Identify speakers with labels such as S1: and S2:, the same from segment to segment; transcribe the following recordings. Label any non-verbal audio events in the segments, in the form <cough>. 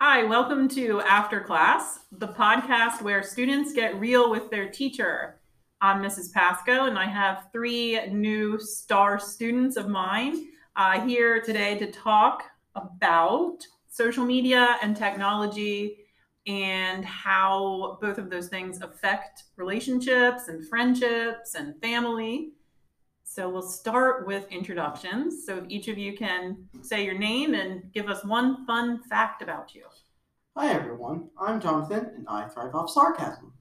S1: Hi, welcome to After Class, the podcast where students get real with their teacher. I'm Mrs. Pasco, and I have three new star students of mine uh, here today to talk about social media and technology and how both of those things affect relationships and friendships and family. So we'll start with introductions. So if each of you can say your name and give us one fun fact about you.
S2: Hi everyone, I'm Jonathan and I thrive off sarcasm.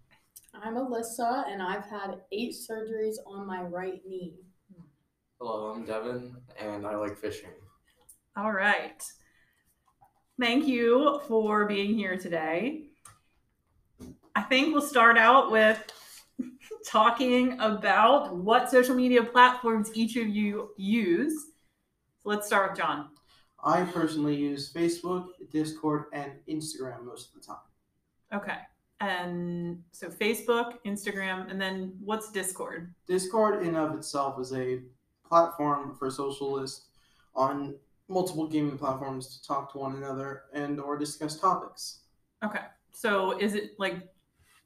S3: I'm Alyssa, and I've had eight surgeries on my right knee.
S4: Hello, I'm Devin, and I like fishing.
S1: All right. Thank you for being here today. I think we'll start out with <laughs> talking about what social media platforms each of you use. Let's start with John.
S2: I personally use Facebook, Discord, and Instagram most of the time.
S1: Okay. And so Facebook, Instagram, and then what's Discord?
S2: Discord, in of itself, is a platform for socialists on multiple gaming platforms to talk to one another and or discuss topics.
S1: Okay. So is it like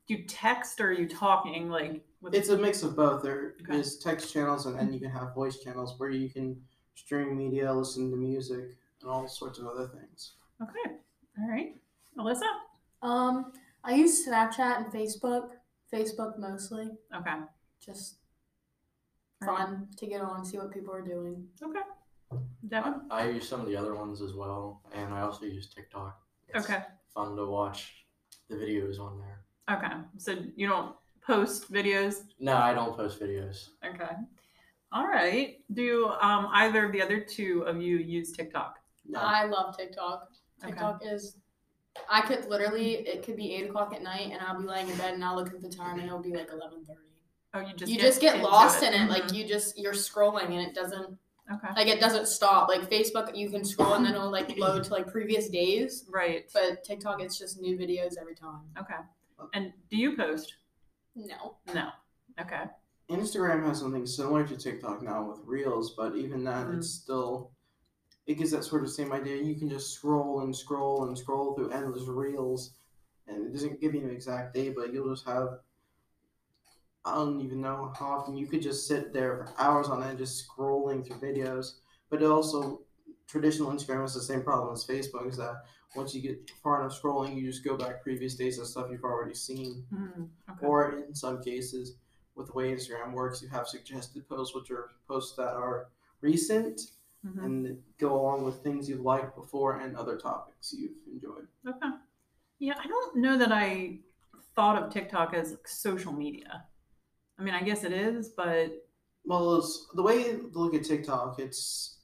S1: you text or are you talking like with
S2: It's a mix of both. There is
S1: Okay.
S2: text channels, and then you can have voice channels where you can stream media, listen to music, and all sorts of other things.
S1: Okay. All right. Alyssa?
S3: Um, I use Snapchat and Facebook. Facebook mostly,
S1: Okay. All
S3: just
S1: right.
S3: fun to get on, see what people are doing.
S1: Devin?
S4: I, I use some of the other ones as well, and I also use TikTok. It's
S1: Okay.
S4: Fun to watch the videos on there.
S1: Okay. So you don't post videos?
S4: No, I don't post videos.
S1: Okay. All right. Do um, either of the other two of you use TikTok?
S2: No,
S3: I love TikTok.
S1: Okay.
S3: TikTok is. I could literally, it could be eight o'clock at night, and I'll be laying in bed, and I'll look at the time, and it'll be like eleven thirty.
S1: Oh, you just
S3: You just get
S1: into
S3: lost in it, like
S1: Mhm.
S3: you just you're scrolling, and it doesn't
S1: Mm-hmm. okay,
S3: like it doesn't stop. Like Facebook, you can scroll, and then it'll like load to like previous days,
S1: right?
S3: but TikTok, it's just new videos every time.
S1: Okay. And do you post?
S3: No.
S1: No. Okay.
S2: Instagram has something similar to TikTok now with Reels, but even that,
S1: Mhm.
S2: it's still it gives that sort of same idea. You can just scroll and scroll and scroll through endless Reels, and it doesn't give you an exact day, but you'll just have. I don't even know how often you could just sit there for hours on end just scrolling through videos. But it also, traditional Instagram has the same problem as Facebook is that once you get far enough scrolling, you just go back previous days of stuff you've already seen
S1: Mm, okay.
S2: or in some cases with the way instagram works you have suggested posts which are posts that are recent
S1: Mhm.
S2: and go along with things you've liked before and other topics you've enjoyed
S1: Okay. Yeah, I don't know that I thought of TikTok as like, social media. I mean, I guess it is, but
S2: well it's, the way to look at tiktok it's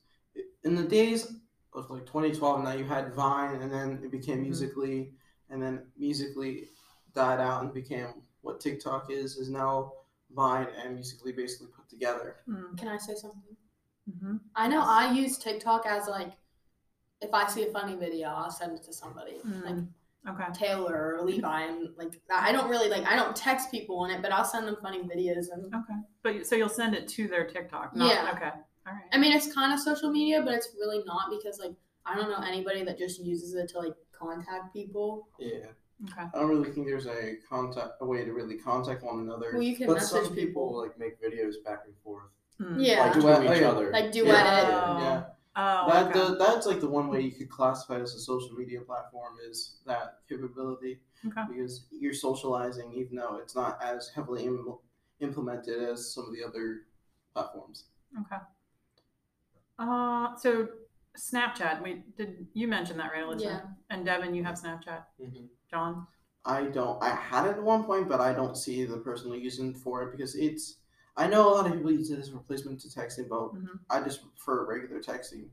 S2: in the days of like 2012 now you had vine and then it became
S1: Mhm.
S2: musically and then musically died out and became what tiktok is is now vine and musically basically put together
S1: mm,
S3: Can I say something?
S1: mhm.
S3: I know I use TikTok as like, if I see a funny video, I'll send it to somebody, like
S1: Mm. okay.
S3: Taylor or Levi, and like I don't really like I don't text people on it, but I'll send them funny videos. And
S1: Okay. But you- so you'll send it to their TikTok. Not,
S3: Yeah.
S1: Okay. All right.
S3: I mean, it's kind of social media, but it's really not because like I don't know anybody that just uses it to like contact people.
S2: yeah
S1: okay.
S2: I don't really think there's a contact a way to really contact one another.
S3: Well, you can
S2: but
S3: message
S2: some
S3: people.
S4: People like make videos back and forth,
S1: Mm.
S3: Yeah,
S4: like
S3: like,
S2: Duet-
S4: to
S2: oh,
S4: each
S2: yeah.
S4: other.
S3: do
S1: Yeah.
S3: it.
S2: yeah,
S1: Oh,
S2: that
S1: okay.
S2: does, that's like the one way you could classify it as a social media platform is that capability
S1: Okay.
S2: because you're socializing even though it's not as heavily Im- implemented as some of the other platforms.
S1: Okay. Uh, so Snapchat. We did you mention that right, Alyssa?
S3: Yeah.
S1: And Devin, you have Snapchat.
S2: Mm-hmm.
S1: John.
S2: I don't. I had it at one point, but I don't see the personal using for it because it's. I know a lot of people use it as a replacement to texting, but
S1: Mhm.
S2: I just prefer regular texting.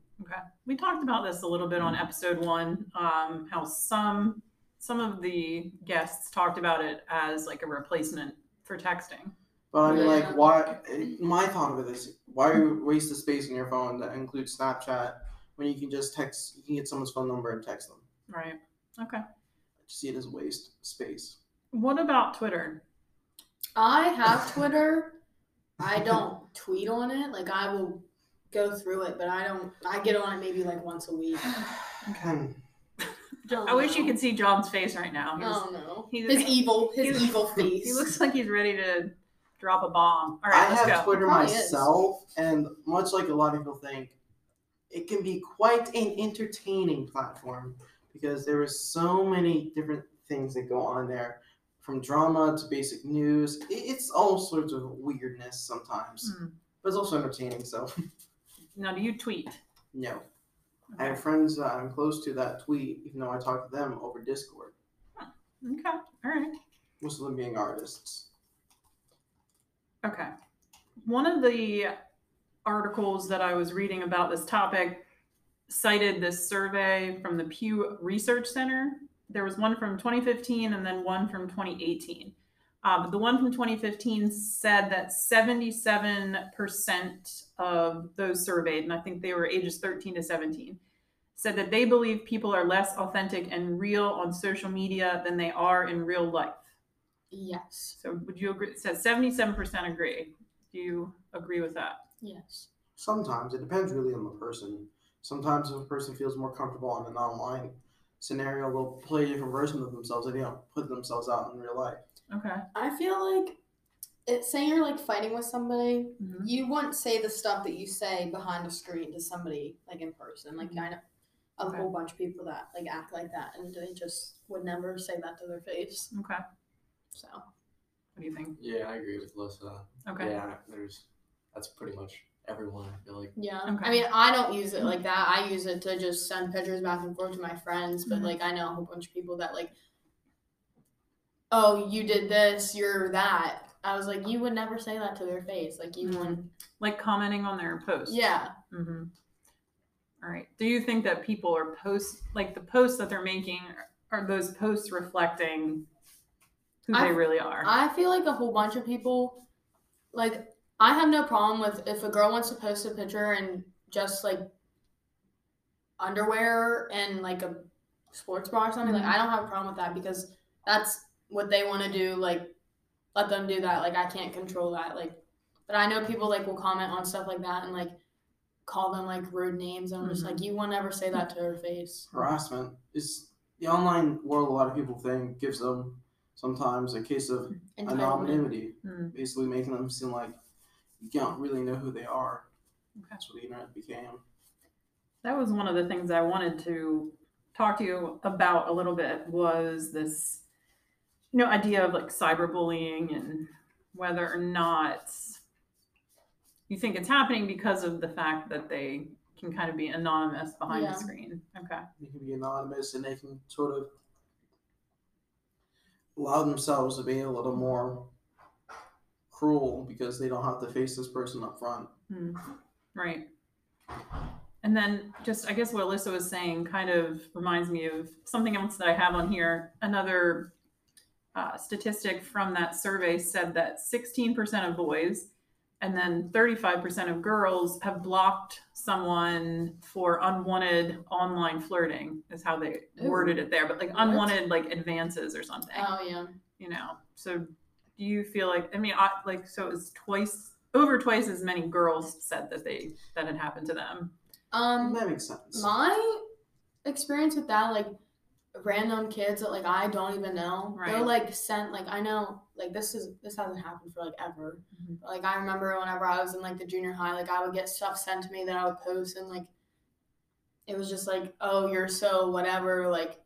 S1: We talked about this a little bit
S2: Mm-hmm.
S1: on episode one. Um, how some some of the guests talked about it as like a replacement for texting.
S2: But I mean,
S3: Yeah.
S2: like, why? My thought of it is, why waste the space in your phone that includes Snapchat when you can just text? You can get someone's phone number and text them.
S1: Right. Okay.
S2: I just see it as waste
S1: <sighs>
S2: space.
S1: What about Twitter?
S3: I have Twitter. I don't tweet on it. Like I will go through it, but I don't. I get on it maybe like once a week.
S2: Hmm.
S1: I wish you could see John's face right now. He's-
S3: Oh no.
S1: He's-
S3: His evil, his
S1: he's-
S3: evil
S1: <laughs>
S3: face.
S1: He looks like he's ready to drop a bomb. All
S2: I
S1: right, let's
S2: have
S1: go.
S2: Twitter
S3: Probably is.
S2: myself, and much like a lot of people think, it can be quite an entertaining platform because there is so many different things that go on there, from drama to basic news. I- It's all sorts of weirdness sometimes,
S1: Hmm.
S2: but it's also entertaining. So
S1: Now, do you tweet?
S2: no, I have friends that I'm close to that tweet, even though I talk to them over Discord.
S1: Okay. All right.
S2: Most of them being artists.
S1: Okay. One of the articles that I was reading about this topic cited this survey from the Pew Research Center. There was one from 2015 and then one from 2018. Uh, but the one from 2015 said that 77% of those surveyed, and I think they were ages 13 to 17, said that they believe people are less authentic and real on social media than they are in real life.
S3: Yes.
S1: So would you agree? It says seventy-seven percent agree. Do you agree with that?
S3: Yes.
S2: Sometimes it depends really on the person. Sometimes if a person feels more comfortable on an online scenario, they'll play a different version of themselves. They don't put themselves out in real life.
S1: Okay.
S3: I feel like it's saying you're like fighting with somebody.
S1: Mhm.
S3: You wouldn't say the stuff that you say behind a screen to somebody like in person. Like I know a
S1: Mm-hmm. Okay.
S3: whole bunch of people that like act like that and they just would never say that to their face.
S1: Okay. What
S3: So
S1: do you think?
S4: Yeah, I agree with Alyssa.
S1: Okay.
S4: Yeah, there's that's pretty much everyone. I feel like.
S3: yeah.
S1: Okay. Mm-hmm.
S3: I mean I don't use it like that. I use it to just send pictures back and forth to my friends, but
S1: Mhm.
S3: like I know a whole bunch of people that like Oh, you did this, you're that. I was like, you would never say that to their face. Like you
S1: Mhm.
S3: wouldn't
S1: Like commenting on their posts.
S3: Yeah.
S1: Mm-hmm. All right. Do you think that people are post like the posts that they're making are those posts reflecting who
S3: I-
S1: they really are?
S3: I feel like a whole bunch of people, like, I have no problem with if a girl wants to post a picture and just like underwear and like a sports bra or something.
S1: Mhm.
S3: Like, I don't have a problem with that because that's what they want to do. Like, let them do that. Like, I can't control that. Like, but I know people like will comment on stuff like that and like call them like rude names. And I'm just
S1: Mhm.
S3: like, you will never say that to her face.
S2: Harassment is the online world. A lot of people think gives them sometimes a case of
S3: Entitlement.
S2: anonymity,
S1: Mm,
S2: basically making them seem like you don't really know who they are.
S1: okay.
S2: That's what the internet became.
S1: That was one of the things I wanted to talk to you about a little bit was this, you know, idea of like cyberbullying and whether or not you think it's happening because of the fact that they can kind of be anonymous behind
S3: Yeah.
S1: the screen. Okay.
S2: They can be anonymous and they can sort of allow themselves to be a little more cruel because they don't have to face this person up front.
S1: Hmm. Right. And then just, I guess what Alyssa was saying kind of reminds me of something else that I have on here. Another uh, statistic from that survey said that 16% of boys and then 35% of girls have blocked someone for unwanted online flirting, is how they
S3: Ooh.
S1: worded it there, but like
S3: What?
S1: unwanted like advances or something
S3: Oh, yeah.
S1: you know so do you feel like i mean I, like so it's twice over twice as many girls said that they that had happened to them
S3: Um,
S2: that makes sense.
S3: my experience with that like random kids that like i don't even know they're
S1: Right.
S3: like sent like i know like this is this hasn't happened for like ever
S1: Mhm.
S3: but, like i remember whenever i was in like the junior high like i would get stuff sent to me that i would post and like it was just like oh you're so whatever like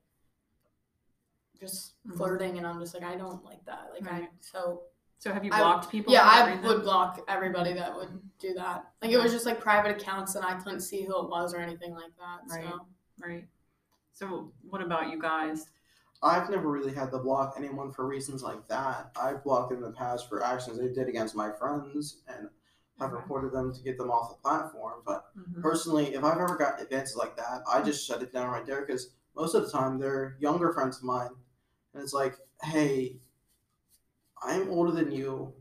S3: just
S1: Mhm.
S3: flirting and i'm just like i don't like that like i
S1: Right.
S3: so
S1: so have you
S3: I-
S1: blocked people
S3: yeah
S1: for that
S3: i
S1: reason?
S3: would block everybody that would do that like it was just like private accounts and i couldn't see who it was or anything like that
S1: Right.
S3: so
S1: right so what about you guys
S2: I've never really had to block anyone for reasons like that. I've blocked in the past for actions they did against my friends and have
S1: Okay.
S2: reported them to get them off the platform. But
S1: Mhm.
S3: Mm-hmm.
S2: personally, if I've ever gotten advances like that, I just shut it down right there because most of the time they're younger friends of mine. And it's like, hey, I'm older than you.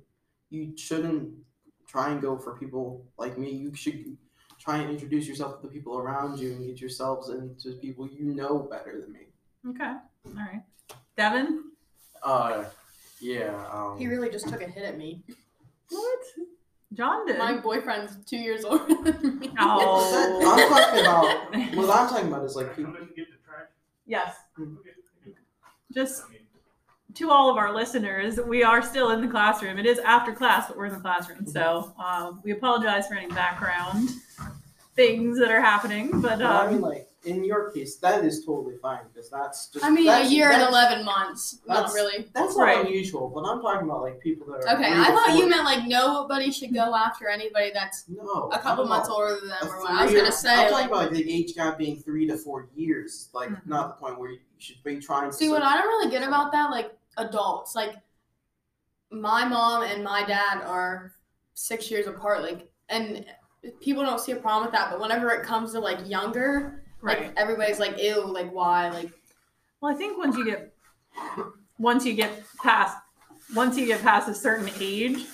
S2: You shouldn't try and go for people like me. You should try and introduce yourself to the people around you and get yourselves into people you know better than me.
S1: okay all right devin
S4: Uh, yeah. Um,
S3: He
S4: <laughs>
S3: really just took a hit at me.
S1: what john did
S3: My boyfriend's two years older than me.
S1: Oh.
S2: I'm talking about What I'm talking about is like
S5: How
S2: people,
S5: much you get the trash?
S1: Yes. Just to all of our listeners, we are still in the classroom. It is after class, but we're in the classroom. So
S3: Mm-hmm.
S1: um, we apologize for any background things that are happening. But
S2: Well, I mean,
S1: um,
S2: like in your case, that is totally fine because that's just.
S3: <laughs> I mean, a
S2: that's,
S3: year and
S2: that's-
S3: eleven months. Not
S2: that's-
S3: really.
S2: That's not
S1: Right.
S2: unusual, but I'm talking about like people that are.
S3: Okay,
S2: three
S3: I
S2: to
S3: thought
S2: four-
S3: you meant like nobody should go after anybody that's
S2: No,
S3: a couple
S2: no.
S3: months older than them
S2: A
S3: or what. I was
S2: three-
S3: gonna say.
S2: I'm talking
S3: Like,
S2: about like, the age gap being three to four years, like
S1: Mhm.
S2: not the point where you should be trying to.
S3: see, what I don't really get about that, like adults, like my mom and my dad are six years apart, like, and people don't see a problem with that. But whenever it comes to like younger,
S1: right.
S3: like everybody's like, ew, like why, like
S1: Well, I think once you get once you get past once you get past a certain age,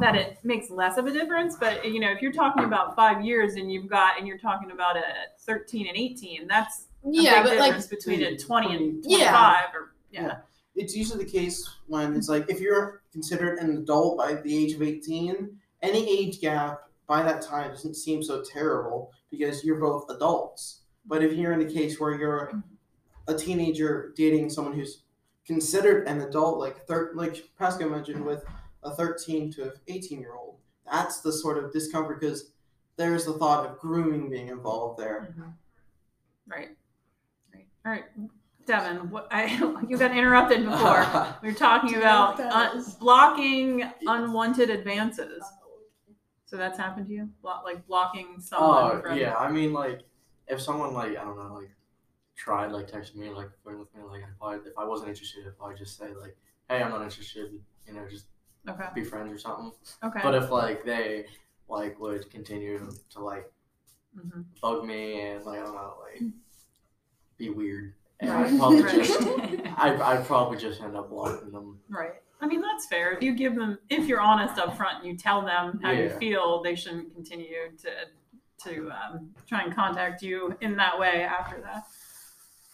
S1: that it makes less of a difference. But you know, if you're talking about five years and you've got and you're talking about a 13 and 18, that's a
S3: yeah,
S1: big
S3: but like
S1: difference between a 20 and 25
S3: Yeah.
S1: or yeah.
S2: Yeah. it's usually the case when it's like if you're considered an adult by the age of 18, any age gap by that time doesn't seem so terrible because you're both adults. But if you're in a case where you're a teenager dating someone who's considered an adult, like thir- like Pascal mentioned with a 13 to 18 year old, that's the sort of discomfort because there's the thought of grooming being involved there.
S1: Right. Right. All right. Devin, what I <laughs> you got interrupted
S3: <laughs>
S1: before. We were talking
S3: Do you know
S1: about
S3: what that
S1: un-
S3: is?
S1: blocking unwanted advances. So that's happened to you? Blo- like blocking someone
S4: Oh
S1: from
S4: yeah, I mean like if someone like I don't know like tried like texting me like flirting with me like I probably if I wasn't interested I'd probably just say like hey I'm not interested you know just
S1: Okay.
S4: be friends or something.
S1: Okay.
S4: But if like they like would continue to like
S1: Mhm.
S4: bug me and like I don't know like be weird and
S1: Right.
S4: I'd
S1: <laughs>
S4: probably
S1: Right.
S4: just I'd, I'd probably just end up blocking them.
S1: Right. I mean, that's fair. If you give them, if you're honest up front and you tell them how you
S4: Yeah.
S1: feel, they shouldn't continue to to um, try and contact you in that way after that.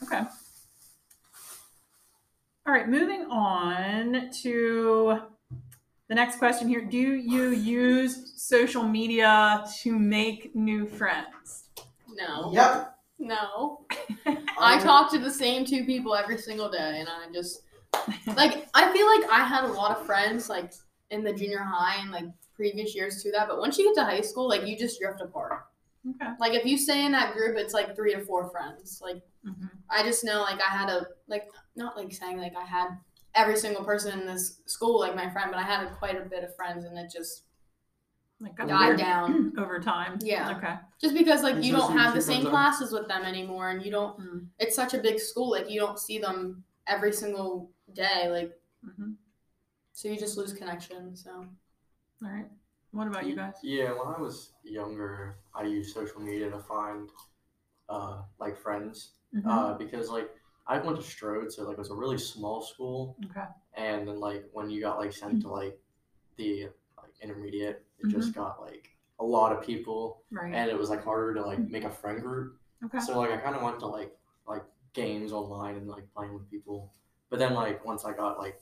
S1: Okay. All right. Moving on to the next question here. Do you use social media to make new friends?
S3: no,
S2: Yep.
S3: no. I
S2: Um,
S3: talk to the same two people every single day, and I just like I feel like I had a lot of friends like in the junior high and like previous years to that. But once you get to high school, like you just drift apart.
S1: Okay.
S3: Like if you stay in that group, it's like three to four friends. Like
S1: Mhm.
S3: I just know like I had a like not like saying like I had every single person in this school like my friend, but I had quite a bit of friends, and it just
S1: Like got
S3: died
S1: weird
S3: down.
S1: over time.
S3: Yeah.
S1: Okay.
S3: Just because like
S2: And
S3: you
S2: so
S3: don't
S2: some
S3: have the
S2: people
S3: same
S2: don't-
S3: classes with them anymore, and you don't.
S1: Mm.
S3: It's such a big school, like you don't see them every single day, like.
S1: Mhm.
S3: So you just lose connection. So
S1: All right. What about you guys?
S4: Yeah, when I was younger, I used social media to find uh, like friends
S1: Mhm.
S4: uh, because like I went to Strode, so like it was a really small school,
S1: okay. Mm-hmm.
S4: and then like when you got like sent to like the like intermediate, it just got like a lot of people,
S1: Right. Mm-hmm.
S4: and it was like harder to like make a friend group.
S1: okay.
S4: So like I kind of went to like like games online and like playing with people, but then like once I got like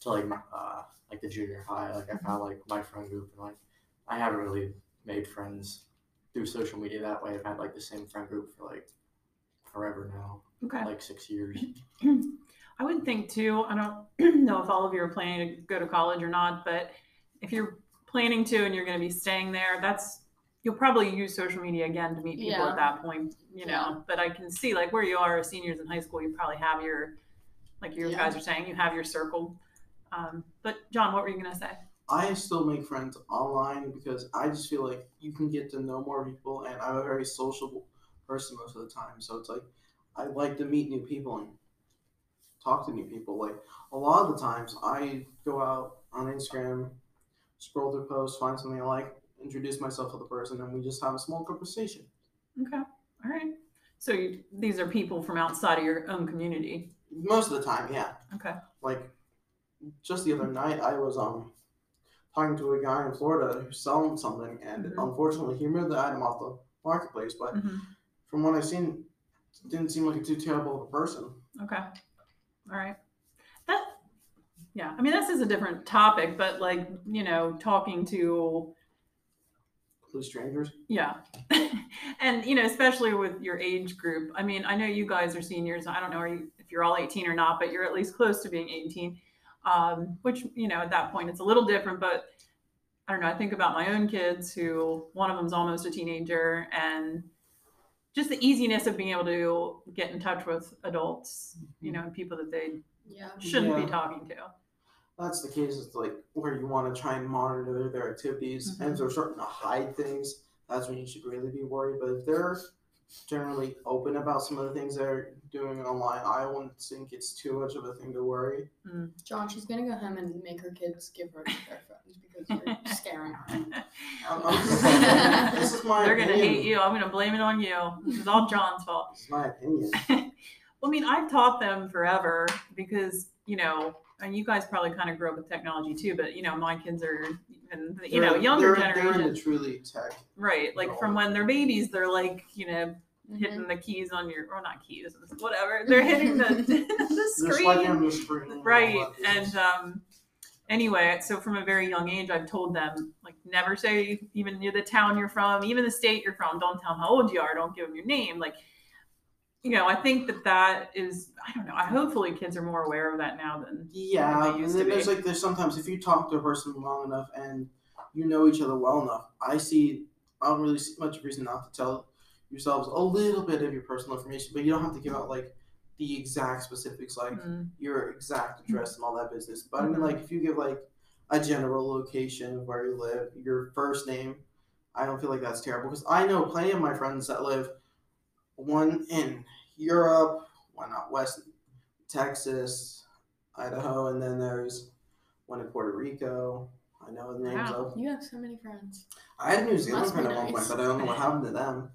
S4: to like my, uh like the junior high, like I
S3: Mm-hmm.
S4: found like my friend group, and like I haven't really made friends through social media that way. I've had like the same friend group for like forever now
S1: Okay.
S4: like six years.
S3: Mm-hmm.
S1: I would think too, I don't <clears throat> know if all of you are planning to go to college or not, but if you're planning to and you're going to be staying there, that's, you'll probably use social media again to meet people
S3: Yeah.
S1: at that point, you know. But I can see like where you are as seniors in high school, you probably have your, like you
S3: Yeah.
S1: guys are saying, you have your circle. Um, but John, what were you going to say?
S2: I still make friends online because I just feel like you can get to know more people, and I'm a very sociable person most of the time. So it's like I like to meet new people and talk to new people. Like a lot of the times, I go out on Instagram, scroll through posts, find something I like, introduce myself to the person, and we just have a small conversation.
S1: Okay. All right. So you, these are people from outside of your own community.
S2: Most of the time, yeah.
S1: Okay.
S2: Like just the other night, I was um talking to a guy in Florida who's selling something, and
S1: Mhm.
S2: unfortunately, he moved the item off the marketplace. But
S1: Mhm.
S2: from what I've seen, didn't seem like a too terrible of a person.
S1: Okay. All right. That yeah, I mean this is a different topic, but like, you know, talking to
S2: Blue strangers.
S1: Yeah. <laughs> and you know, especially with your age group. I mean, I know you guys are seniors. I don't know are you, if you're all 18 or not, but you're at least close to being 18. Um, which you know, at that point, it's a little different. But I don't know. I think about my own kids, who one of them's almost a teenager, and just the easiness of being able to get in touch with adults, you know, and people that they
S3: Yeah.
S1: shouldn't
S2: Yeah.
S1: be talking to.
S2: That's the case. It's like where you want to try and monitor their activities, and if they're starting to hide things, that's when you should really be worried. But if they're generally open about some of the things they're doing online, I don't think it's too much of a thing to worry.
S3: John, she's gonna go home and make her kids give her their phones because you're scaring her.
S2: I'm-
S1: <laughs>
S2: I'm- this is my
S1: They're going to
S2: opinion.
S1: hate you. I'm going to blame it on you. This is all John's fault.
S2: This is my opinion.
S1: Well, I mean, I've taught them forever because, you know, and you guys probably kind of grew up with technology too, but you know, my kids are, and <laughs> you know,
S2: They're-
S1: younger
S2: they're,
S1: generation,
S2: They're in the truly tech.
S1: right? Like from when they're babies, they're like, you know,
S3: Mhm.
S1: hitting the keys on your, or not keys, whatever. They're hitting the, <laughs> the
S2: They're
S1: screen,
S2: swiping on the screen. and all
S1: right?
S2: that business.
S1: And um, anyway, so from a very young age, I've told them like never say even near the town you're from, even the state you're from. Don't tell them how old you are. Don't give them your name. Like you know, I think that that is, I don't know. I hopefully kids are more aware of that now than
S2: Yeah,
S1: than they
S2: and
S1: used
S2: then
S1: to
S2: there's
S1: be.
S2: like there's sometimes if you talk to a person long enough and you know each other well enough, I see I don't really see much reason not to tell yourselves a little bit of your personal information, but you don't have to give out like the exact specifics like
S1: Mm,
S2: your exact
S3: Mm-hmm.
S2: address and all that business. But I mean like if you give like a general location of where you live, your first name, I don't feel like that's terrible because I know plenty of my friends that live one in Europe, one out west, Texas, Idaho, and then there's one in Puerto Rico. I know the names
S1: Wow.
S2: of.
S3: You have so many friends.
S2: I had a New Zealand
S3: Must be
S2: friend at one point,
S3: nice.
S2: but I don't know what happened to them.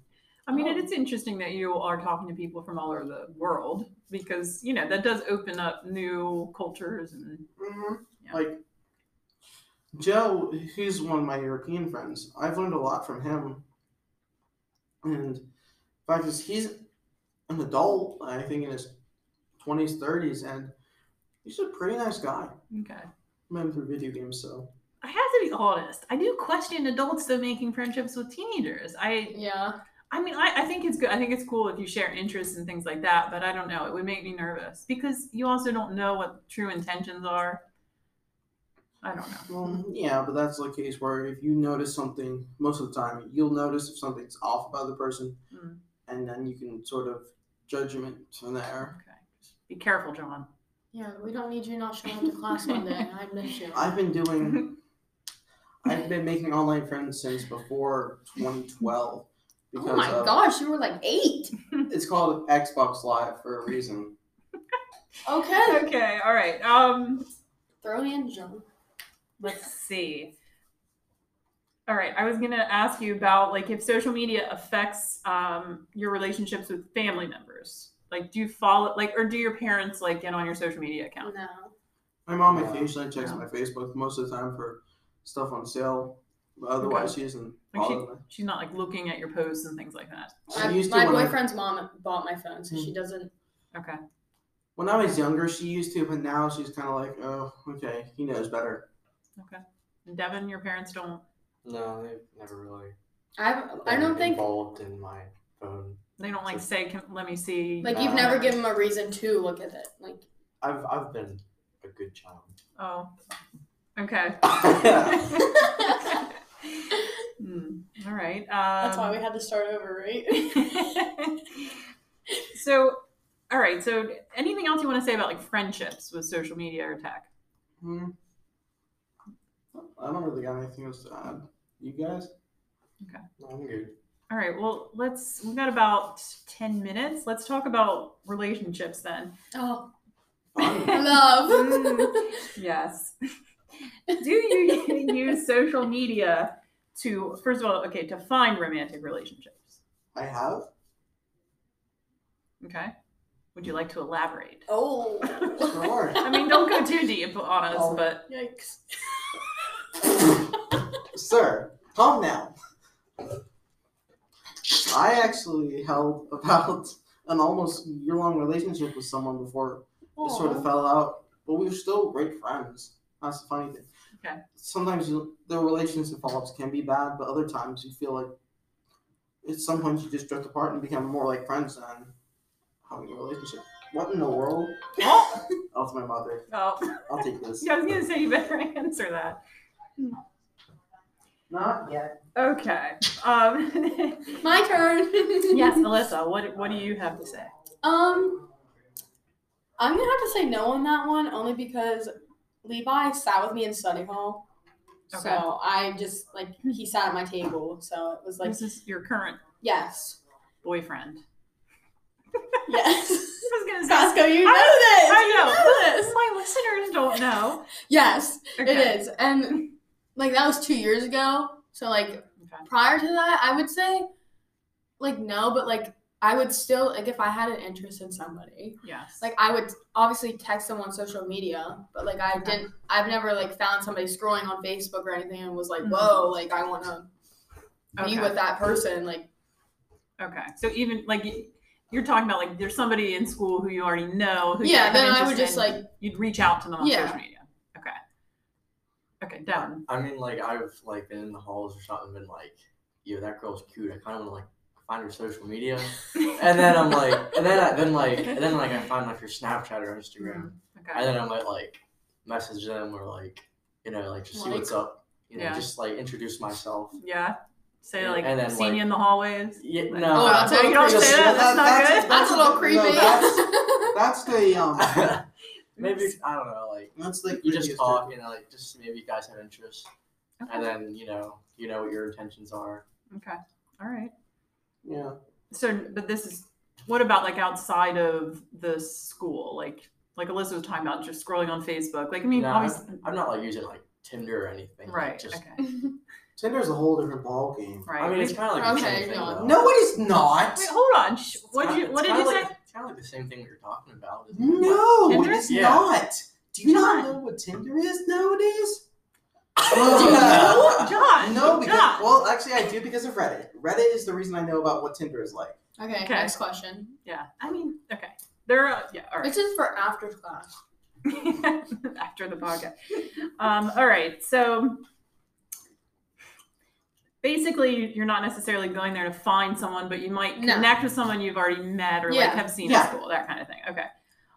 S1: I mean, it is interesting that you are talking to people from all over the world because, you know, that does open up new cultures and Yeah.
S2: Mm-hmm. Like Joe, he's one of my European friends. I've learned a lot from him, and the fact is, he's an adult. I think in his twenties, thirties, and he's a pretty nice guy.
S1: okay.
S2: Met him through video games, so
S1: I have to be honest. I do question adults though making friendships with teenagers. I
S3: Yeah.
S1: I mean I, I think it's good I think it's cool if you share interests and things like that, but I don't know. It would make me nervous because you also don't know what true intentions are. I don't know.
S2: well, yeah. But that's the case where if you notice something, most of the time you'll notice if something's off about the person,
S1: Mm.
S2: and then you can sort of judgment from there.
S1: Okay. Be careful, John.
S3: Yeah, we don't need you not showing up to class one day. I miss you.
S2: I've been
S1: <laughs>
S2: doing. I've been making online friends since before 2012 because
S3: Oh my
S2: of,
S3: gosh, you were like eight.
S2: it's called Xbox Live for a reason.
S3: Okay.
S1: Okay, all right. Um
S3: Throw in John.
S1: let's see all right i was going to ask you about like if social media affects um, your relationships with family members like do you follow like or do your parents like get on your social media
S3: No.
S1: account
S2: My mom
S4: Yeah.
S2: occasionally checks
S1: Yeah.
S2: my Facebook most of the time for stuff on sale, but otherwise she isn't.
S1: Like she-
S2: bothered.
S1: she's not like looking at your posts and things like that
S2: She
S3: My,
S2: used to Mm.
S3: my
S2: when I-
S3: boyfriend's mom bought my phone, so she doesn't.
S1: okay
S2: when I was younger, she used to, but now she's kind of like, oh, okay, he knows better.
S1: okay and devin your parents don't
S4: No, they've never really.
S3: I I
S4: been
S3: don't think
S4: involved in my phone.
S1: they don't like say Can, let me see Uh,
S3: like you've
S4: Nah.
S3: never given them a reason to look at it. <laughs> Like
S4: I've I've been a good child.
S3: <laughs>
S1: oh okay
S2: yeah.
S1: Hmm, all right um,
S3: that's why we had to start over, right?
S1: <laughs>
S3: <laughs>
S1: so all right so anything else you want to say about like friendships with social media or tech
S2: Hmm. I don't really got anything else to add. You guys?
S4: No, I'm good.
S1: all right well let's we've got about 10 minutes let's talk about relationships then
S3: Oh,
S2: Fine.
S3: love.
S1: Mm. yes <laughs> do you use social media to first of all okay to find romantic relationships
S2: I have.
S1: okay would you like to elaborate
S3: <laughs> oh.
S2: Sure.
S1: i mean don't go too deep on us
S2: Oh.
S1: but
S3: Yikes.
S2: Sir, calm down. I actually held about an almost year long relationship with someone before it sort of fell out, but we were still great friends. That's the funny thing.
S1: Okay.
S2: Sometimes you, the relationship follow-ups can be bad, but other times you feel like at some point you just drift apart and become more like friends than having a relationship. What in the world? <laughs>
S1: Oh,
S2: Oh, it's my mother.
S1: oh.
S2: I'll take
S1: <laughs>
S2: this.
S1: Yeah, I was gonna say you better answer that.
S2: Not yet.
S1: Okay. Um, <laughs>
S3: My turn.
S1: yes, Alyssa. What what do you have to say?
S3: Um, I'm gonna have to say no on that one only because Levi sat with me in study hall.
S1: Okay.
S3: So I just like he sat at my table, so it was
S1: <laughs>
S3: like
S1: this is your current
S3: yes,
S1: boyfriend.
S3: yes.
S1: I was gonna say.
S3: Costco, you know this.
S1: <laughs> I
S3: You know
S1: know. <laughs>
S3: this.
S1: My listeners don't know.
S3: Yes,
S1: Okay.
S3: it is, and like that was two years ago. So like
S1: Okay.
S3: prior to that, I would say like no, but like I would still like if I had an interest in somebody,
S1: Yes.
S3: like I would obviously text them on social media, but like I
S1: Okay.
S3: didn't. I've never like found somebody scrolling on Facebook or anything and was like,
S1: Mhm.
S3: "Whoa!" Like I want to
S1: okay.
S3: be with that person. Like
S1: okay. So even like y- you're talking about like there's somebody in school who you already know. Who you
S3: yeah,
S1: have
S3: then I
S1: interest
S3: would just
S1: in.
S3: like
S1: you'd reach out to them on
S3: Yeah.
S1: social media. Okay. Okay, Devin. <laughs>
S4: I mean, like I've like been in the halls or something, and been like, "Yo, that girl's cute. I kind of want to like find her social media." and then I'm like, and then I, then like, and then like I find like her Snapchat or Instagram, and
S1: Okay.
S4: then I might like message them or like, you know, like just see what's up. You know,
S1: Yeah.
S4: just like introduce myself.
S1: Yeah. Say like
S4: And then,
S1: seen
S4: like-
S1: you in the hallways.
S4: Yeah, no,
S3: Oh, that's
S1: no,
S3: a
S1: you don't
S3: little
S1: say that.
S2: creepy.
S1: That's not
S2: That's-
S1: good.
S3: that's a little creepy.
S2: No, That's the
S4: <laughs>
S2: um.
S4: maybe I don't know. Like
S2: That's the
S4: you just
S2: creepiest
S4: talk,
S2: term.
S4: you know, like just maybe you guys have interest, and then you know, you know what your intentions are.
S1: Okay. All right.
S2: Yeah.
S1: So, but this is what about like outside of the school? Like, like Alyssa was talking about just scrolling on Facebook. Like, I mean,
S4: No,
S1: obviously,
S4: I'm not like using like Tinder or anything. like,
S1: right?
S4: Just,
S1: okay.
S2: Tinder's a whole different ball game.
S1: Right.
S4: I mean, it's kind of like the
S3: Okay,
S4: same thing.
S3: no.
S4: though.
S2: No, it is not.
S1: Wait, hold on. Sh-
S4: It's
S1: What
S4: kinda-
S1: you?
S4: it's
S1: What did you
S4: kinda
S1: say? Mm,
S4: like- It's kind of like the same thing we were talking about. isn't it?
S2: No,
S1: Tinder?
S2: it's
S4: Yeah.
S2: not. Do you
S1: John.
S2: not know what Tinder
S1: <laughs>
S2: is nowadays?
S1: Do you know,
S2: Ugh.
S4: <laughs>
S1: John?
S2: No, because
S1: John.
S2: well, actually, I do because of Reddit. Reddit is the reason I know about what Tinder is like.
S3: <laughs> okay,
S1: Okay.
S3: next question.
S1: Yeah. I mean, okay. There. Are, yeah. All right.
S3: This is for after class.
S1: <laughs> after the podcast. Um, all right, so basically, you're not necessarily going there to find someone, but you might
S3: No.
S1: connect with someone you've already met or like
S3: Yeah.
S1: have seen
S2: Yeah.
S1: at school, that kind of thing. Okay.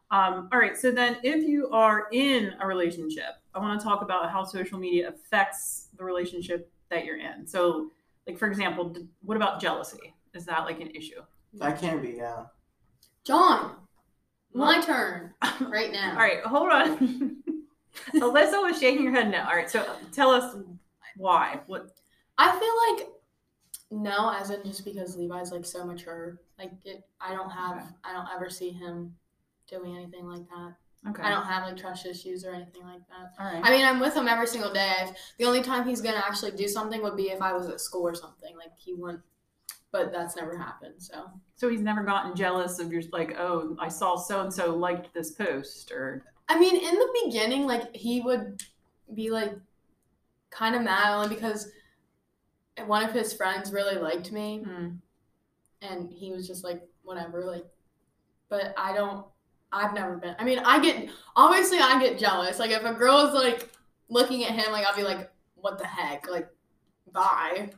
S1: Um, all right, so then if you are in a relationship, I want to talk about how social media affects the relationship that you're in. So, like for example, d- what about jealousy? Is that like an issue?
S2: That can be, yeah.
S3: John, my
S1: <laughs>
S3: turn right now.
S1: All right, hold on. <laughs> Alyssa was shaking her head no. All right, so tell us why. What?
S3: I feel like no, as in just because Levi's like so mature. Like it, I don't have,
S1: Okay.
S3: I don't ever see him doing anything like that.
S1: Okay.
S3: I don't have like trust issues or anything like that.
S1: All right.
S3: I mean, I'm with him every single day. I've, the only time he's gonna actually do something would be if I was at school or something. Like he wouldn't, but that's never happened. So
S1: so he's never gotten jealous of your like, oh, I saw so and so liked this post, or
S3: I mean, in the beginning, like he would be like kind of mad only because one of his friends really liked me, <laughs> and he was just like whatever, like. But I don't. I've never been. I mean, I get obviously I get jealous. Like if a girl is like looking at him, like I'll be like, what the heck, like, <laughs> bye.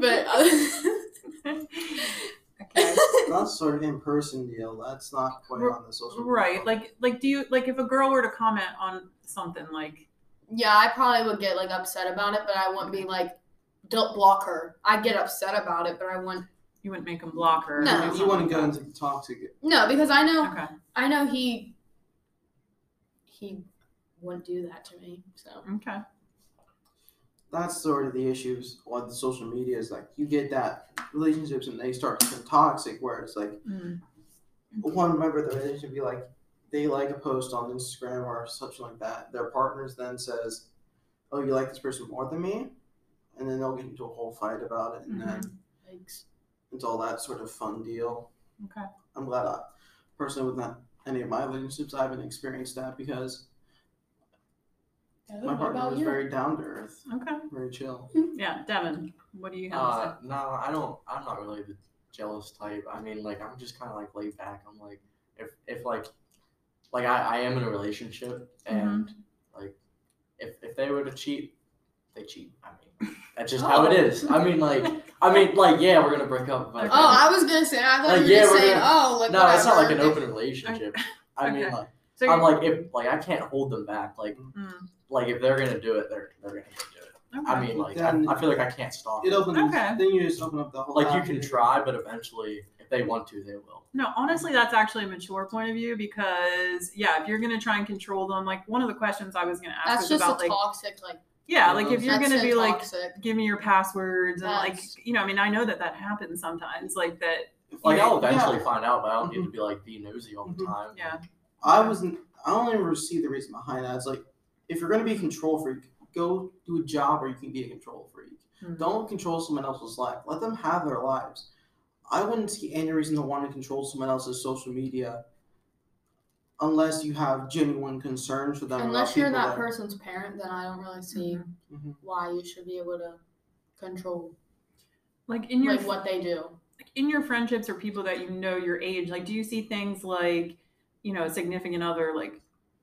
S3: but <laughs>
S1: okay.
S2: That's sort of in person deal. That's not quite on the social. media
S1: right.
S2: platform.
S1: Like, like, do you like if a girl were to comment on something like,
S3: Yeah, I probably would get like upset about it, but I wouldn't be like, don't block her. I'd get upset about it, but I wouldn't.
S1: you wouldn't make him block her. or
S3: No.
S1: do
S2: you
S1: something
S2: want to go
S1: like
S2: into the toxic.
S3: No, because I know,
S1: that.
S3: I know he, he wouldn't do that to me. So
S1: Okay. Okay.
S2: That's sort of the issues on the social media is like you get that relationships and they start to become toxic where it's like
S1: Mm.
S2: one member of the relationship be like they like a post on Instagram or such like that. Their partners then says, "Oh, you like this person more than me," and then they'll get into a whole fight about it, and
S3: Mm-hmm.
S2: then
S3: like,
S2: it's all that sort of fun deal.
S1: Okay.
S2: I'm glad I personally with not any of my relationships I haven't experienced that because my
S3: what
S2: partner
S3: about
S2: was
S3: you?
S2: very down to earth,
S1: Okay.
S2: very chill.
S1: Yeah, Devin. What do you have to
S4: Uh, no, I don't. I'm not really the jealous type. I mean, like I'm just kind of like laid back. I'm like,
S1: Mm-hmm.
S4: if if like, like I, I am in a relationship and like, if if they were to cheat, they cheat. I
S1: <laughs>
S4: mean, that's just how
S1: Oh.
S4: it is. I mean, like, I mean, like, yeah, we're gonna break up.
S3: Oh,
S4: But
S3: I was gonna say. I thought
S4: Like,
S3: you were
S4: yeah,
S3: just
S4: we're
S3: saying,
S4: gonna-
S3: oh, like
S4: no, it's not like an
S3: whatever.
S4: open relationship. I mean,
S1: Okay.
S4: like,
S1: So
S4: I'm
S1: you're-
S4: like, if like I can't hold them back. Like,
S1: Mm.
S4: like if they're gonna do it, they're they're gonna do it. I mean, like,
S2: Then-
S4: I, I feel like I can't stop.
S2: It
S4: It.
S2: opens.
S1: Okay.
S2: Then you just open up the whole.
S4: Like, you can
S2: avenue.
S4: try, but eventually, if they want to, they will.
S1: No, honestly, that's actually a mature point of view because, yeah, if you're going to try and control them, like one of the questions I was going to ask
S3: That's
S1: was
S3: just
S1: about,
S3: a
S1: like,
S3: toxic. Like
S1: yeah, like if you're
S3: that's
S1: going to
S3: so
S1: be like,
S3: toxic.
S1: give me your passwords and, like,
S3: That's-
S1: you know, I mean, I know that that happens sometimes, like that,
S4: Like,
S1: Yeah.
S4: I'll eventually
S2: Yeah.
S4: find out, but I don't need to be like be nosy all the
S2: Mhm.
S4: time.
S1: Mm-hmm. Yeah.
S2: I wasn't. I don't even see the reason behind that. It's like if you're gonna be a control freak, go do a job where you can be a control freak.
S3: Hmm.
S1: Mhm.
S2: Don't control someone else's life. Let them have their lives. I wouldn't see any reason to want to control someone else's social media unless you have genuine concerns for them. about
S3: Unless you're
S2: people
S3: that person's parent, then I don't really see
S4: Mm-hmm.
S2: Mhm.
S3: why you should be able to control
S1: like in your
S3: like what they do.
S1: like in your friendships or people that you know your age like do you see things like you know a significant other like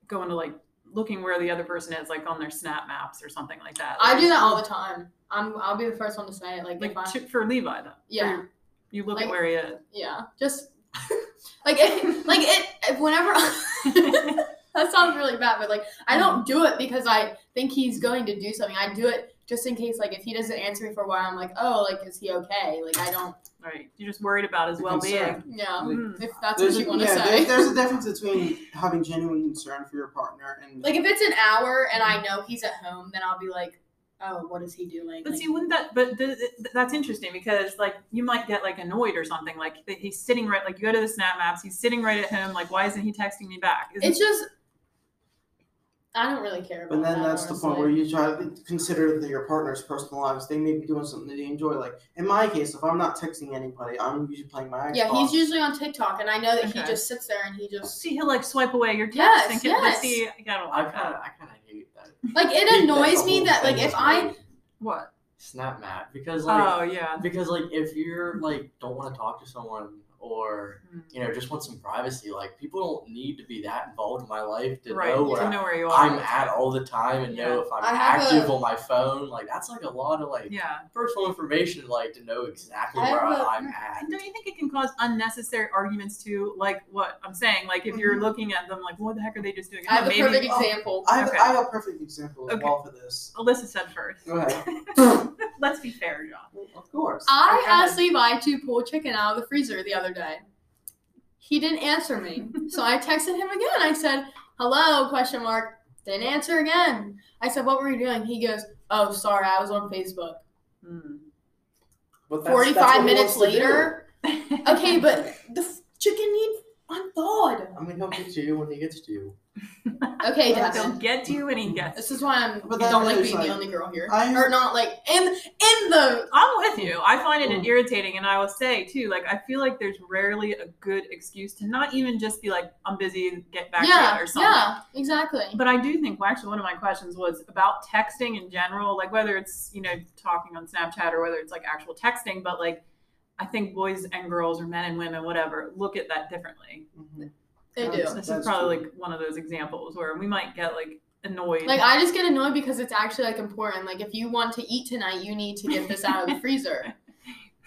S1: going to like looking where the other person is like on their snap maps or something like that
S3: I do that all the time. I'm I'll be the first one to say it. Like,
S1: like
S3: if I,
S1: to- for levi though
S3: yeah,
S1: you look
S3: Like-
S1: at where he is
S3: yeah, just <laughs> like it, like it. If whenever
S1: <laughs>
S3: <laughs> that sounds really bad, but like I don't
S2: Mm-hmm.
S3: do it because I think he's going to do something. I do it just in case, like if he doesn't answer me for a while, I'm like, oh, like is he okay? Like I don't.
S1: right you're just worried about his
S2: The
S1: well-being
S2: concern.
S3: Yeah,
S1: Mm.
S3: if that's
S2: There's
S3: what you
S2: a,
S3: want to
S2: yeah,
S3: say.
S2: there-
S3: <laughs>
S2: there's a difference between having genuine concern for your partner and
S3: Like if it's an hour and I know he's at home, then I'll be like, oh, what is he doing?
S1: But
S3: Like,
S1: see, wouldn't that? But th- th- that's interesting because, like, you might get like annoyed or something. Like that he's sitting right, like you go to the snap maps, he's sitting right at him. Like, why isn't he texting me back? Isn't-
S3: it's just I don't really care about.
S2: But then
S3: that,
S2: that's the point where
S3: honestly.
S2: you try to consider that your partner's personal lives. They may be doing something that they enjoy. Like in my case, if I'm not texting anybody, I'm usually playing my Xbox.
S3: Yeah, he's usually on TikTok, and I know that he
S1: Okay.
S3: just sits there and
S2: <laughs>
S3: he just
S1: see, he'll like swipe away your text
S3: Yes,
S1: and get
S3: yes.
S1: see. I don't
S4: I
S1: like
S4: kind
S1: that.
S4: of I kind of hate that.
S3: like
S4: Hate
S3: it
S4: that
S3: annoys
S4: the
S3: me
S4: whole
S3: that like
S4: thing
S3: if
S4: is
S3: I
S4: like,
S1: What?
S4: snap map because like
S1: Oh yeah.
S4: because like if you're like don't want to talk to someone or
S1: Mm.
S4: you know just want some privacy like people don't need to be that involved in my life to
S1: right.
S4: know
S1: to
S4: where
S1: know where you are.
S4: i'm at all the time and know if i'm
S3: I have
S4: active
S3: a-
S4: on my phone like that's like a lot of like
S1: yeah.
S4: personal information like to know exactly
S3: I have
S4: where
S3: a-
S4: i i'm at
S1: And don't you think it can cause unnecessary arguments too? Like what I'm saying. Like if you're looking at them, like what the heck are they just doing?
S3: Mm-hmm. I have a
S1: Maybe-
S3: perfect
S2: oh,
S3: example.
S2: I have,
S1: Okay.
S2: I have a perfect example as
S1: Okay.
S2: well for this.
S1: Alyssa said first.
S3: <laughs>
S2: Go ahead.
S1: Let's be fair, John.
S2: of course.
S3: I
S1: go
S3: asked Levi to pull chicken out of the freezer the other day. He didn't answer me, so I texted him again. I said, "Hello?" question mark. Didn't answer again. I said, "What were you doing?" He goes, "Oh, sorry, I was on Facebook."
S1: Mm.
S2: But that's-
S3: Forty
S2: that's what
S3: five
S2: he
S3: minutes
S2: wants to do.
S3: later. Okay, but the f- chicken needs unthawed.
S4: i'm gonna come get you when he gets to you
S3: Okay,
S2: Well,
S3: Dustin.
S1: He'll get you and he gets.
S3: This is why I'm
S2: But
S3: I don't
S2: that
S3: like
S2: is,
S3: being
S2: like,
S3: the only girl here,
S2: I-
S3: or not like in in the
S1: I'm with you. I find it
S2: Mm.
S1: irritating, and I will say too, like I feel like there's rarely a good excuse to not even just be like, "I'm busy and get back to
S3: yeah
S1: it" or something.
S3: yeah exactly.
S1: But I do think, well, actually, one of my questions was about texting in general, like whether it's you know talking on Snapchat or whether it's like actual texting. But like, I think boys and girls or men and women, whatever, look at that differently.
S2: Mhm.
S3: They
S2: Yeah,
S3: do.
S2: it's-
S1: This is
S2: That's
S1: probably
S2: true.
S1: like one of those examples where we might get like annoyed.
S3: Like I just get annoyed because it's actually like important. Like if you want to eat tonight, you need to get this
S1: <laughs>
S3: out of the freezer.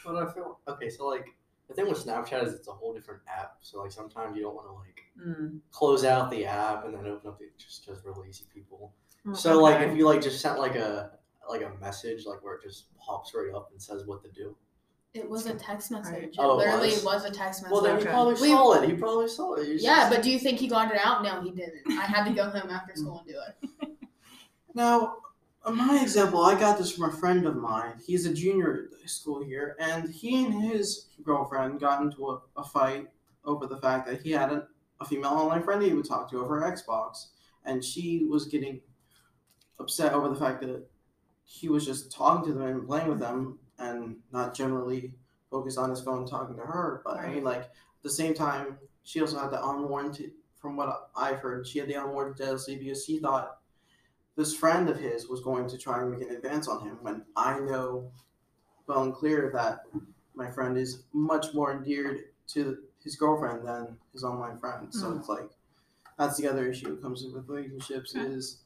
S4: but i feel okay so like the thing with snapchat is it's a whole different app so like sometimes you don't want to like
S1: Mm.
S4: close out the app and then open up the just because we're lazy people
S3: Hmm,
S1: Okay.
S4: So like if you like just sent like a like a message like where it just pops right up and says what to do.
S3: It was a text message.
S4: Oh,
S3: it
S4: it
S3: literally was.
S4: was?
S3: a text message.
S4: Well then you
S1: Okay.
S4: probably
S3: We-
S4: saw it. You probably saw it. You
S3: yeah,
S4: just-
S3: but do you think he got it out? No, he didn't. I had to go home after school and do it.
S2: Now, on my example, I got this from a friend of mine. He's a junior at school here, and he and his girlfriend got into a, a fight over the fact that he had a, a female online friend he would talk to over Xbox, and she was getting upset over the fact that he was just talking to them and playing with them, and not generally focused on his phone talking to her. But I mean, like at the same time, she also had the unwarranted. From what I've heard, she had the unwarranted jealousy because she thought this friend of his was going to try and make an advance on him when I know well and clear that my friend is much more endeared to his girlfriend than his online friend. So
S1: Mm.
S2: it's like that's the other issue that comes with relationships
S1: Okay.
S2: is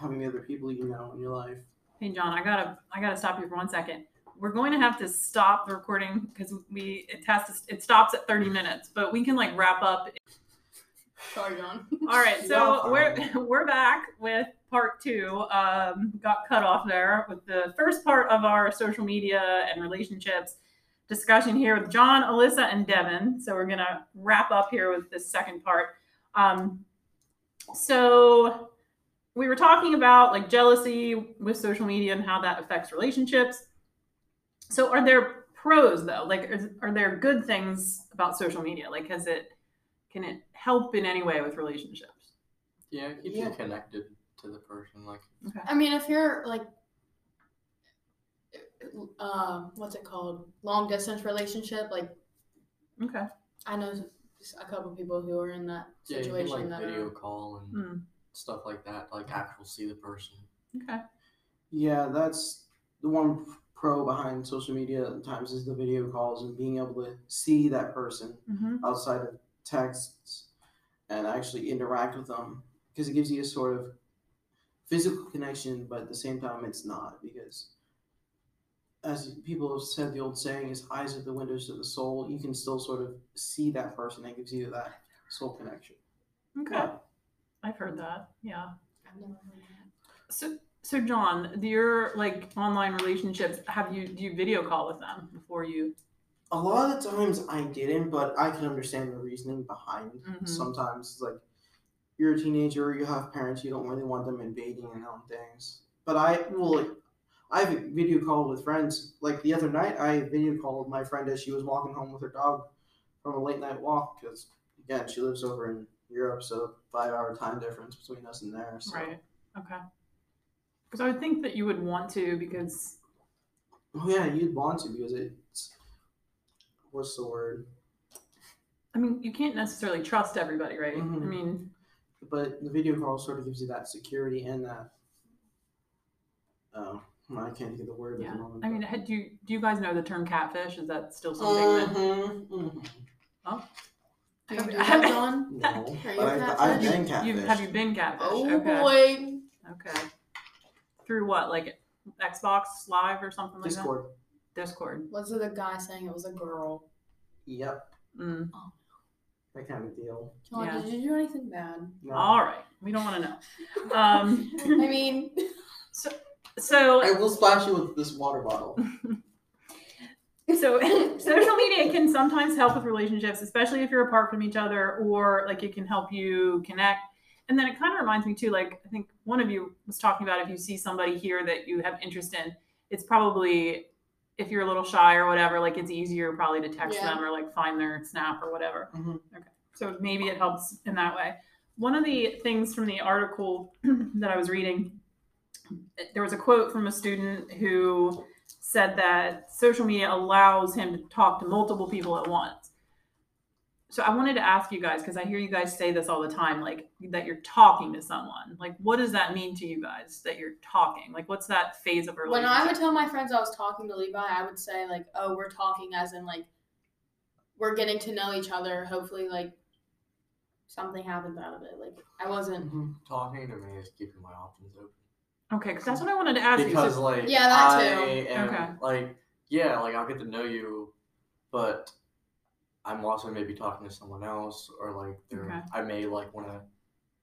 S2: having the other people you know in your life.
S1: Hey John, I gotta I gotta stop you for one second. We're going to have to stop the recording because we it has to it stops at 30 minutes, but we can like wrap up.
S3: Sorry, John.
S1: All right,
S2: Y'all
S1: so we're <laughs> we're back with part two. Um, got cut off there with the first part of our social media and relationships discussion here with John, Alyssa, and Devin. So we're gonna wrap up here with this second part. Um, so we were talking about like jealousy with social media and how that affects relationships. So are there pros though? Like is, are there good things about social media? Like has it can it help in any way with relationships?
S4: Yeah, it keeps
S2: Yeah.
S4: you connected to the person. Like,
S1: Okay.
S3: I mean, if you're like, um, what's it called? Long distance relationship. Like,
S1: Okay.
S3: I know a couple people who are in that
S4: yeah, you
S3: situation
S4: can like
S3: that
S4: video
S3: are.
S4: call and
S1: Hmm.
S4: stuff like that. Like, actual see the person.
S1: Okay.
S2: Yeah, that's the one pro behind social media at times is the video calls and being able to see that person
S1: hmm
S2: outside of texts and actually interact with them because it gives you a sort of physical connection, but at the same time, it's not because, as people have said, the old saying is eyes are the windows to the soul. You can still sort of see that person that gives you that soul connection.
S1: Okay. I've heard that. Yeah.
S3: I've never heard that.
S1: So so John, your like online relationships, have you do you video call with them before you
S2: A lot of the times I didn't, but I can understand the reasoning behind.
S1: Mhm.
S2: Sometimes it's like you're a teenager, you have parents, you don't really want them invading and on things. But I will. Like, I video called with friends. Like the other night, I video called my friend as she was walking home with her dog from a late night walk because again, she lives over in Europe, so five hour time difference between us and there. So.
S1: Right. Okay. Because I would think that you would want to because
S2: Oh yeah, you'd want to because it's what's the word?
S1: I mean you can't necessarily trust everybody, right? I
S2: Mhm.
S1: mean,
S2: But the video call sort of gives you that security and that. Oh, I can't think of the word at
S1: Yeah.
S2: the moment.
S1: I mean, had- do you, do you guys know the term catfish? Is that still something that
S2: Mhm, mhm.
S3: Are you
S1: Okay.
S3: doing that, John?
S2: No,
S3: Are you
S2: but I've, I've
S3: catfish?
S2: been
S1: you
S2: catfished.
S1: have you been catfish?
S3: Mm-hmm. Oh
S1: <laughs> okay.
S3: boy.
S1: Okay. Through what? Like Xbox Live or something like
S2: Discord.
S1: that? Discord.
S3: Was it a guy saying it was a girl?
S2: Yep,
S1: Mm.
S2: that kind of deal.
S3: John,
S1: Yeah.
S3: did you do anything bad?
S2: No.
S1: All right. We don't want to know. Um, <laughs>
S3: I mean, <laughs>
S2: I
S1: so
S2: will splash you with this water bottle.
S1: so <laughs> social media can sometimes help with relationships, especially if you're apart from each other or like it can help you connect. And then it kind of reminds me too, like I think one of you was talking about if you see somebody here that you have interest in, it's probably if you're a little shy or whatever, like it's easier probably to text
S3: Yeah.
S1: them or like find their snap or whatever.
S2: Mhm.
S1: Okay. So maybe it helps in that way. One of the things from the article <clears throat> that I was reading, there was a quote from a student who said that social media allows him to talk to multiple people at once. So I wanted to ask you guys because I hear you guys say this all the time, like that you're talking to someone. Like, what does that mean to you guys that you're talking? Like, what's that phase of a
S3: when
S1: relationship?
S3: I would tell my friends I was talking to Levi, I would say like, "Oh, we're talking," as in like, we're getting to know each other. Hopefully, like, something happens out of it. Like, I wasn't.
S2: Mhm.
S4: Talking to me is keeping my options open.
S1: okay, because that's what I wanted to ask you.
S4: because
S1: So-
S4: like
S3: Yeah, that
S4: I
S3: too.
S4: am
S1: Okay.
S4: like yeah, like I'll get to know you, but I'm also maybe talking to someone else or like they're-
S1: Okay.
S4: I may like want to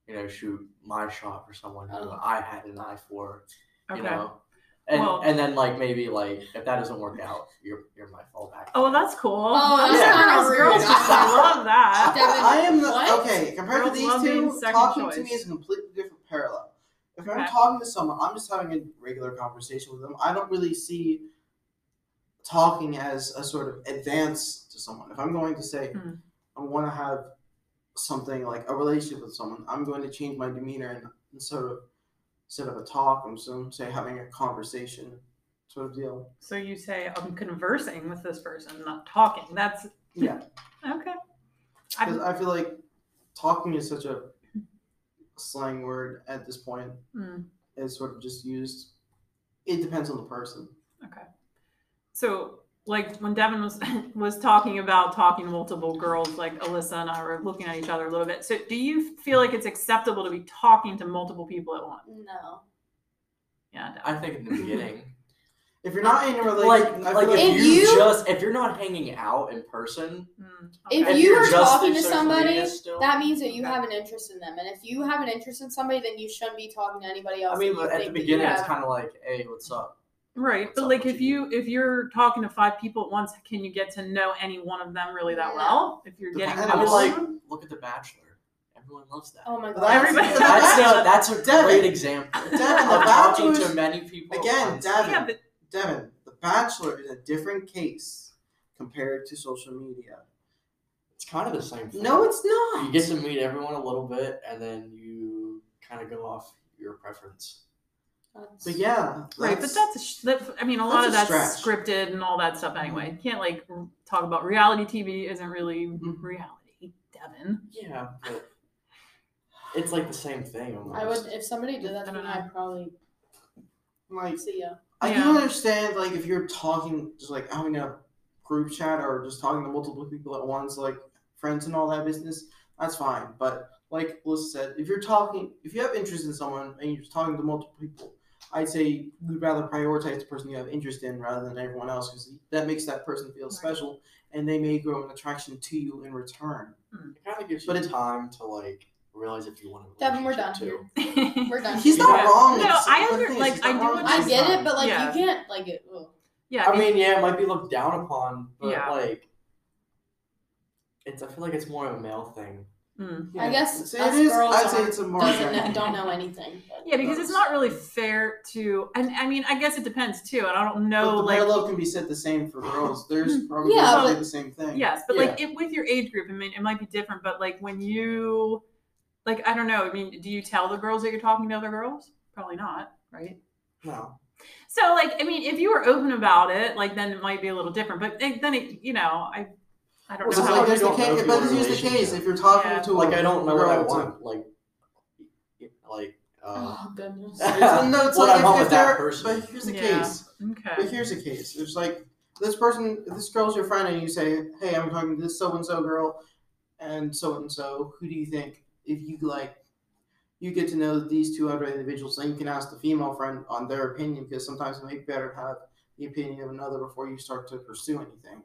S4: you know shoot my shot for someone who
S3: Oh.
S4: I had an eye for
S1: okay.
S4: you know. And,
S1: Well-
S4: and then like maybe like if that doesn't work out, you're you're my fallback.
S1: Oh, well, that's cool.
S3: Oh,
S1: I'm
S2: that's
S1: sure
S3: kinda
S1: us
S3: rude.
S1: girls just love
S3: <laughs>
S1: that.
S3: Devin,
S2: I am the,
S3: what?
S2: okay. Compared
S1: Girls
S2: to these
S1: love being
S2: two,
S1: second
S2: talking to
S1: choice.
S2: me is a completely different parallel. If I'm
S1: Okay.
S2: talking to someone, I'm just having a regular conversation with them. I don't really see talking as a sort of advance to someone. If I'm going to say
S1: Hmm.
S2: I want to have something like a relationship with someone, I'm going to change my demeanor and instead of instead of a talk, I'm so say having a conversation sort of deal.
S1: So you say I'm conversing with this person, not talking. That's
S2: Yeah.
S1: okay.
S2: Because
S1: I'm,
S2: I feel like talking is such a slang word at this point.
S1: Mm.
S2: It's sort of just used. It depends on the person.
S1: okay. So like when Devin was <laughs> was talking about talking to multiple girls, like Alyssa and I were looking at each other a little bit. So, do you feel like it's acceptable to be talking to multiple people at once?
S3: No.
S1: Yeah,
S3: Mm,
S1: Devin.
S4: I think in the
S2: <laughs>
S4: beginning,
S2: If you're not in a
S4: like,
S2: relationship, I feel
S4: like
S3: If
S4: if you,
S3: you-
S4: just if you're not hanging out in person,
S1: Mm,
S3: If
S1: okay.
S4: if
S3: you
S4: you're
S3: are
S4: just
S3: talking
S4: through
S3: to
S4: social
S3: somebody,
S4: media still,
S3: That means that you
S1: Okay.
S3: have an interest in them, and if you have an interest in somebody, then you shouldn't be talking to anybody else.
S4: I mean,
S3: that you
S4: at the
S3: think that you
S4: beginning, it's
S3: have.
S4: kind of like, hey, what's up?
S1: right, but
S4: What's up
S1: like
S4: with
S1: if you if you're talking to five people at once, can you get to know any one of them really that well? If you're getting
S2: Depends. I
S4: I mean,
S1: close?
S4: like,
S2: like-
S4: look at The Bachelor. Everyone loves that. <laughs>
S3: Oh my god!
S2: Well,
S1: everybody-
S4: That's a, that's a
S2: Devin.
S4: great example.
S2: Devin, The
S4: of talking to
S2: Bachelor's-
S4: many people at
S2: again,
S4: once.
S2: Devin.
S1: yeah, but
S2: Devin, The Bachelor is a different case compared to social media.
S4: It's kind of the same thing.
S2: No, it's
S4: you
S2: not.
S4: get to meet everyone a little bit, and then you kind of go off your preference.
S3: <laughs> That's-
S2: But yeah,
S1: right, but that's a sh- that, I mean, a lot of
S2: that's a
S1: that's
S2: stretch.
S1: scripted and all that stuff anyway. You can't like r- talk about reality TV isn't really
S2: Mhm.
S1: reality, Devin. <laughs>
S4: Yeah, but it's like the same thing almost.
S3: I would if somebody did that
S1: I
S3: to me,
S1: don't know.
S3: I'd probably
S2: like
S3: see ya.
S2: I
S1: Yeah.
S2: can understand like if you're talking just like having a group chat or just talking to multiple people at once, like friends and all that business, that's fine. But like Liz said, if you're talking if you have interest in someone and you're talking to multiple people, I'd say you'd rather prioritize the person you have interest in rather than everyone else because that makes that person feel
S1: Right.
S2: special and they may grow an attraction to you in return.
S4: It kind of gives you
S2: But it's-
S4: time to like realize if you want to.
S3: Devin, we're done here.
S4: too.
S3: We're done.
S2: He's
S4: You
S2: not
S4: guys-
S2: wrong.
S1: No,
S2: It's-
S1: I
S2: the
S1: under-
S2: thing is,
S1: like,
S2: he's
S1: I
S2: not
S1: do
S2: wrong,
S1: under-
S3: I
S2: he's
S3: get it,
S2: not.
S3: but like
S1: Yeah.
S3: you can't like it. ugh.
S1: yeah,
S4: I mean, yeah, it might be looked down upon, but
S1: Yeah.
S4: like, it's. I feel like it's more of a male thing.
S1: mm.
S3: I guess
S2: Say
S3: us
S2: it is.
S3: girls
S2: I'd say
S3: aren't-
S2: it's a more
S3: Doesn't
S2: attractive-
S3: know, don't know anything. but-
S1: yeah, because it's not really fair to, and I mean, I guess it depends too. And I don't know,
S2: But the
S1: like,
S2: parallel can be said the same for girls. There's probably
S3: Yeah,
S2: probably
S3: but-
S2: the same thing.
S1: Yes, but like it, with your age group, I mean, it might be different. But like when you, like I don't know. I mean, do you tell the girls that you're talking to other girls? Probably not, right?
S4: No,
S1: So like, I mean, if you were open about it, like then it might be a little different. But it- then it, you know, I, I don't
S2: Well,
S4: Well,
S1: know. How,
S2: so
S4: it's
S2: like
S4: you
S2: there's the
S4: don't know
S2: case,
S4: if
S2: but
S4: you're
S2: it's
S4: in a
S2: just the case.
S4: relationship.
S2: If you're talking
S1: Yeah.
S2: to
S4: like
S2: a
S4: I don't know what I
S2: girl, it's a-
S4: want. Like, like.
S1: <sighs>
S4: Uh,
S3: Oh goodness.
S2: It's- no, it's
S4: <laughs> What
S2: like
S4: I
S2: if-
S4: want
S2: if
S4: with that
S2: they're-
S4: person.
S2: But here's the
S1: Yeah.
S2: case. But
S1: okay.
S2: here's the case. It's like this person, if this girl's your friend, and you say, "Hey, I'm talking to this so and so girl, and so and so. Who do you think?" If you like, you get to know these two other individuals, and you can ask the female friend on their opinion because sometimes it may be better to have the opinion of another before you start to pursue anything.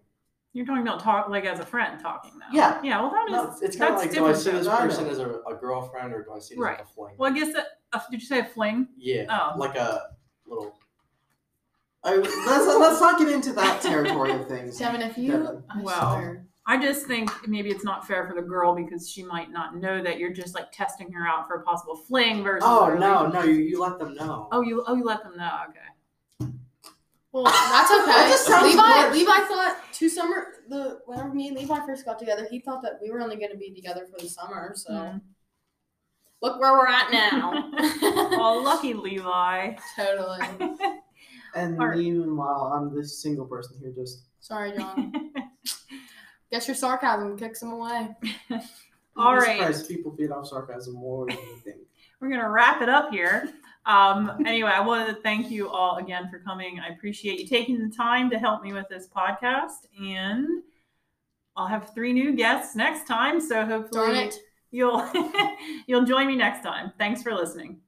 S1: You're talking about talk like as a friend talking though.
S2: Yeah.
S1: Yeah. Well, that is.
S4: it's it's kind of
S1: that's
S4: like, do I
S1: different
S4: see
S1: than
S4: this
S2: I know.
S4: person as a, a girlfriend or do I see this
S1: Right.
S4: as a fling?
S1: Well, I guess that. Uh, did you say a fling?
S4: Yeah,
S1: Oh.
S4: like a little.
S2: I, let's let's not get into that territory of
S1: <laughs>
S2: things.
S3: Devin, if you,
S2: Devin.
S3: I
S1: Wow.
S3: swear.
S1: I just think maybe it's not fair for the girl because she might not know that you're just like testing her out for a possible fling versus. a
S4: Oh no,
S1: relationship.
S4: no, you, you let them know.
S1: Oh, you oh you let them know. Okay.
S3: Well, that's
S2: That just
S3: okay.
S2: sounds
S3: Levi,
S2: worse.
S3: Levi thought two summer the whenever me and Levi first got together, he thought that we were only going to be together for the summer. So
S1: Mm.
S3: look where we're
S1: <laughs>
S3: at now.
S1: Oh, lucky
S4: <laughs>
S1: Levi.
S3: totally.
S2: And
S1: Alright.
S2: meanwhile, I'm this single person here just
S3: Sorry, John.
S1: <laughs>
S3: Guess your sarcasm kicks him away.
S2: I'm
S1: All right.
S2: surprised people feed off sarcasm more than you think.
S1: We're gonna wrap it up here. Um, anyway, I wanted to thank you all again for coming. I appreciate you taking the time to help me with this podcast, and I'll have three new guests next time. So
S3: Darn
S1: hopefully
S3: it.
S1: <laughs> you'll you'll join me next time. Thanks for listening.